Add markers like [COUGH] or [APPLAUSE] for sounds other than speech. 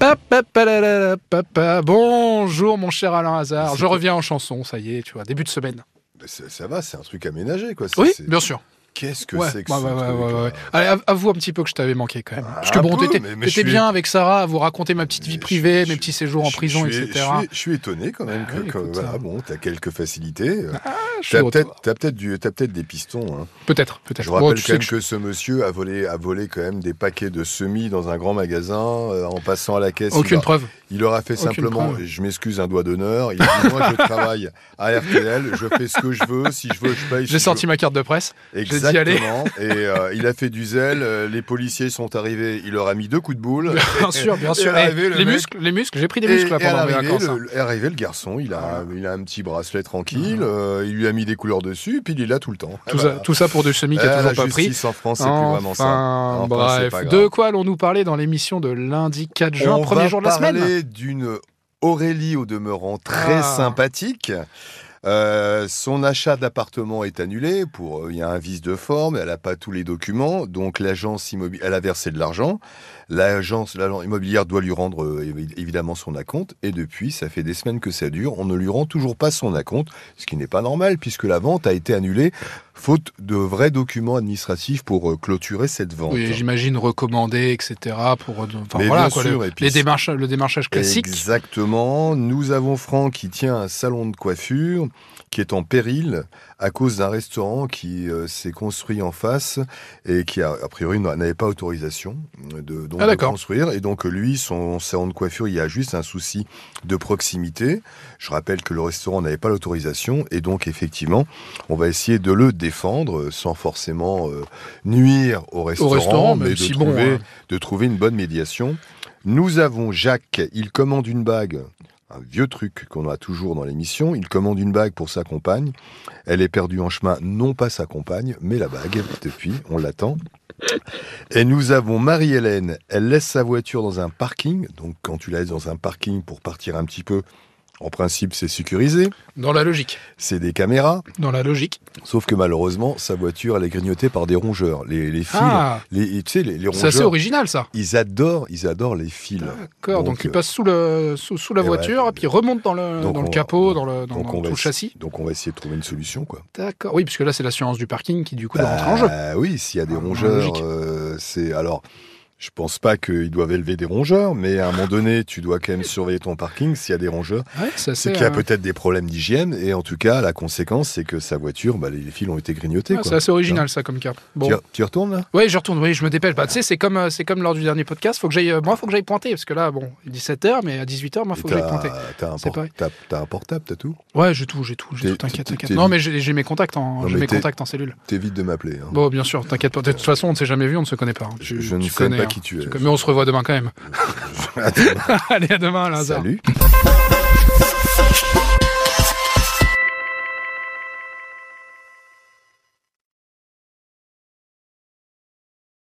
Pa, pa, pa, la, la, la, pa. Bonjour mon cher Alain Hazard, je reviens en chanson, ça y est, tu vois, début de semaine. Mais c'est- ça va, c'est un truc aménagé, quoi. C'est- Oui, c'est- bien sûr. Qu'est-ce que Ouais, c'est que ouais, ce ouais, ouais, truc, hein ouais, là ouais. Allez, av- avoue un petit peu que je t'avais manqué quand même. Parce que un bon, peu, t'étais mais- mais t'étais je suis- bien avec Sarah à vous raconter ma petite Mais vie je- privée, je- mes petits séjours en je- prison, je suis- etc. Je suis, je suis étonné quand même Bah que, oui, que- écoute, voilà, hein. bon, t'as quelques facilités. euh, Ah, Je suis T'as au- peut-être t'as peut-être du- t'as peut-être des pistons. hein. Peut-être, peut-être. Je Bon, rappelle tu quand sais même que que, je- ce monsieur a volé, a volé quand même des paquets de semis dans un grand magasin euh, en passant à la caisse. il, Aucune a- preuve. il aura fait Aucune simplement, preuve. je m'excuse, un doigt d'honneur. Il a dit [LAUGHS] Moi, je travaille à RTL, je fais ce que je veux, si je veux, je paye. si J'ai je sorti ma carte de presse. [LAUGHS] veux. je l'ai dit, allez. Exactement. Et euh, il a fait du zèle. euh, les policiers sont arrivés, il leur a mis deux coups de boule. Bien sûr, bien Et sûr. arrivé, Eh, le les mec- muscles, les muscles, j'ai pris des Et- muscles là, et à pendant mes l'arrivée, vacances. hein. le- est arrivé le garçon, il a, il a un petit bracelet tranquille, euh, il lui a mis des couleurs dessus, puis il est là tout le temps. Tout, ça, tout ça pour du ah semi qui a toujours pas pris. en France, c'est plus vraiment ça. Enfin, Enfin, c'est pas bref. grave. De quoi allons-nous parler dans l'émission de lundi 4 juin, premier jour de la On va semaine parler d'une Aurélie au demeurant très Ah. sympathique. Euh, son achat d'appartement est annulé pour euh, il y a un vice de forme, elle n'a pas tous les documents, donc l'agence immobilière, elle a versé de l'argent, l'agence l'agence immobilière doit lui rendre euh, évi- évidemment son acompte, et depuis ça fait des semaines que ça dure, on ne lui rend toujours pas son acompte, ce qui n'est pas normal puisque la vente a été annulée faute de vrais documents administratifs pour euh, clôturer cette vente. Oui, j'imagine recommandé, etc. Pour, euh, enfin, Mais voilà, bien quoi, sûr, le, et puis les c'est- démarches- le démarchage classique. Exactement. Nous avons Franck qui tient un salon de coiffure qui est en péril à cause d'un restaurant qui euh, s'est construit en face et qui, a, a priori, n'a- n'avait pas autorisation de, donc, Ah, de d'accord. construire. Et donc, lui, son salon de coiffure, il y a juste un souci de proximité. Je rappelle que le restaurant n'avait pas l'autorisation. Et donc, effectivement, on va essayer de le défendre sans forcément euh, nuire au Au restaurant, restaurant, mais même de si bon. trouver hein. de trouver une bonne médiation. Nous avons Jacques, il commande une bague, un vieux truc qu'on a toujours dans l'émission, il commande une bague pour sa compagne, elle est perdue en chemin, non pas sa compagne, mais la bague, depuis, on l'attend. Et nous avons Marie-Hélène, elle laisse sa voiture dans un parking, donc quand tu la laisses dans un parking pour partir un petit peu, en principe c'est sécurisé, Dans la logique. c'est des caméras, Dans la logique. sauf que malheureusement sa voiture elle est grignotée par des rongeurs, les, les fils, Ah, les, tu sais, les, les c'est Ah, assez rongeurs, original ça. ils adorent, ils adorent les fils. D'accord, donc, Donc, il euh, passe sous, le, sous, sous la et voiture, ouais. et puis remonte dans le, Donc dans le on- capot, donc- dans, le, dans, donc dans on tout va le essayer- chassis. Donc on va essayer de trouver une solution quoi. D'accord, oui, puisque là c'est l'assurance du parking qui du coup doit rentrer en jeu. Bah oui, s'il y a des Ah, rongeurs, logique. euh, c'est alors. Je pense pas qu'ils doivent élever des rongeurs, mais à un moment donné, tu dois quand même surveiller ton parking s'il y a des rongeurs. Ouais, c'est assez, C'est qu'il y a euh, peut-être des problèmes d'hygiène, et en tout cas, la conséquence, c'est que sa voiture, bah, les fils ont été grignotés. ouais, quoi. c'est assez original Ah, ça comme cas. Bon. Tu, tu retournes là Oui, je retourne, oui, je me dépêche. Bah, tu sais, c'est comme, euh, c'est comme lors du dernier podcast, faut que j'aille, euh, moi, faut que j'aille pointer, parce que là, bon, 17h, mais à 18h, moi, Et Ah, faut que j'aille t'as- pointer. T'as un, C'est por- pareil. t'as- t'as un portable, t'as tout Ouais, j'ai tout, j'ai tout, j'ai T'es- tout, t'inquiète, t'es- t'inquiète. t'es- Non, mais j'ai j'ai mes contacts en, Non, j'ai mais mes t'es- contacts en cellule. T'évites de m'appeler. hein. Bon, bien sûr, t'inquiète pas. De toute façon, on ne s'est jamais vu, on ne se connaît pas. hein. [LAUGHS] Je- je ne sais pas qui tu es. Mais on se revoit demain quand même. [LAUGHS] À demain. Allez, à demain, Lazare. Salut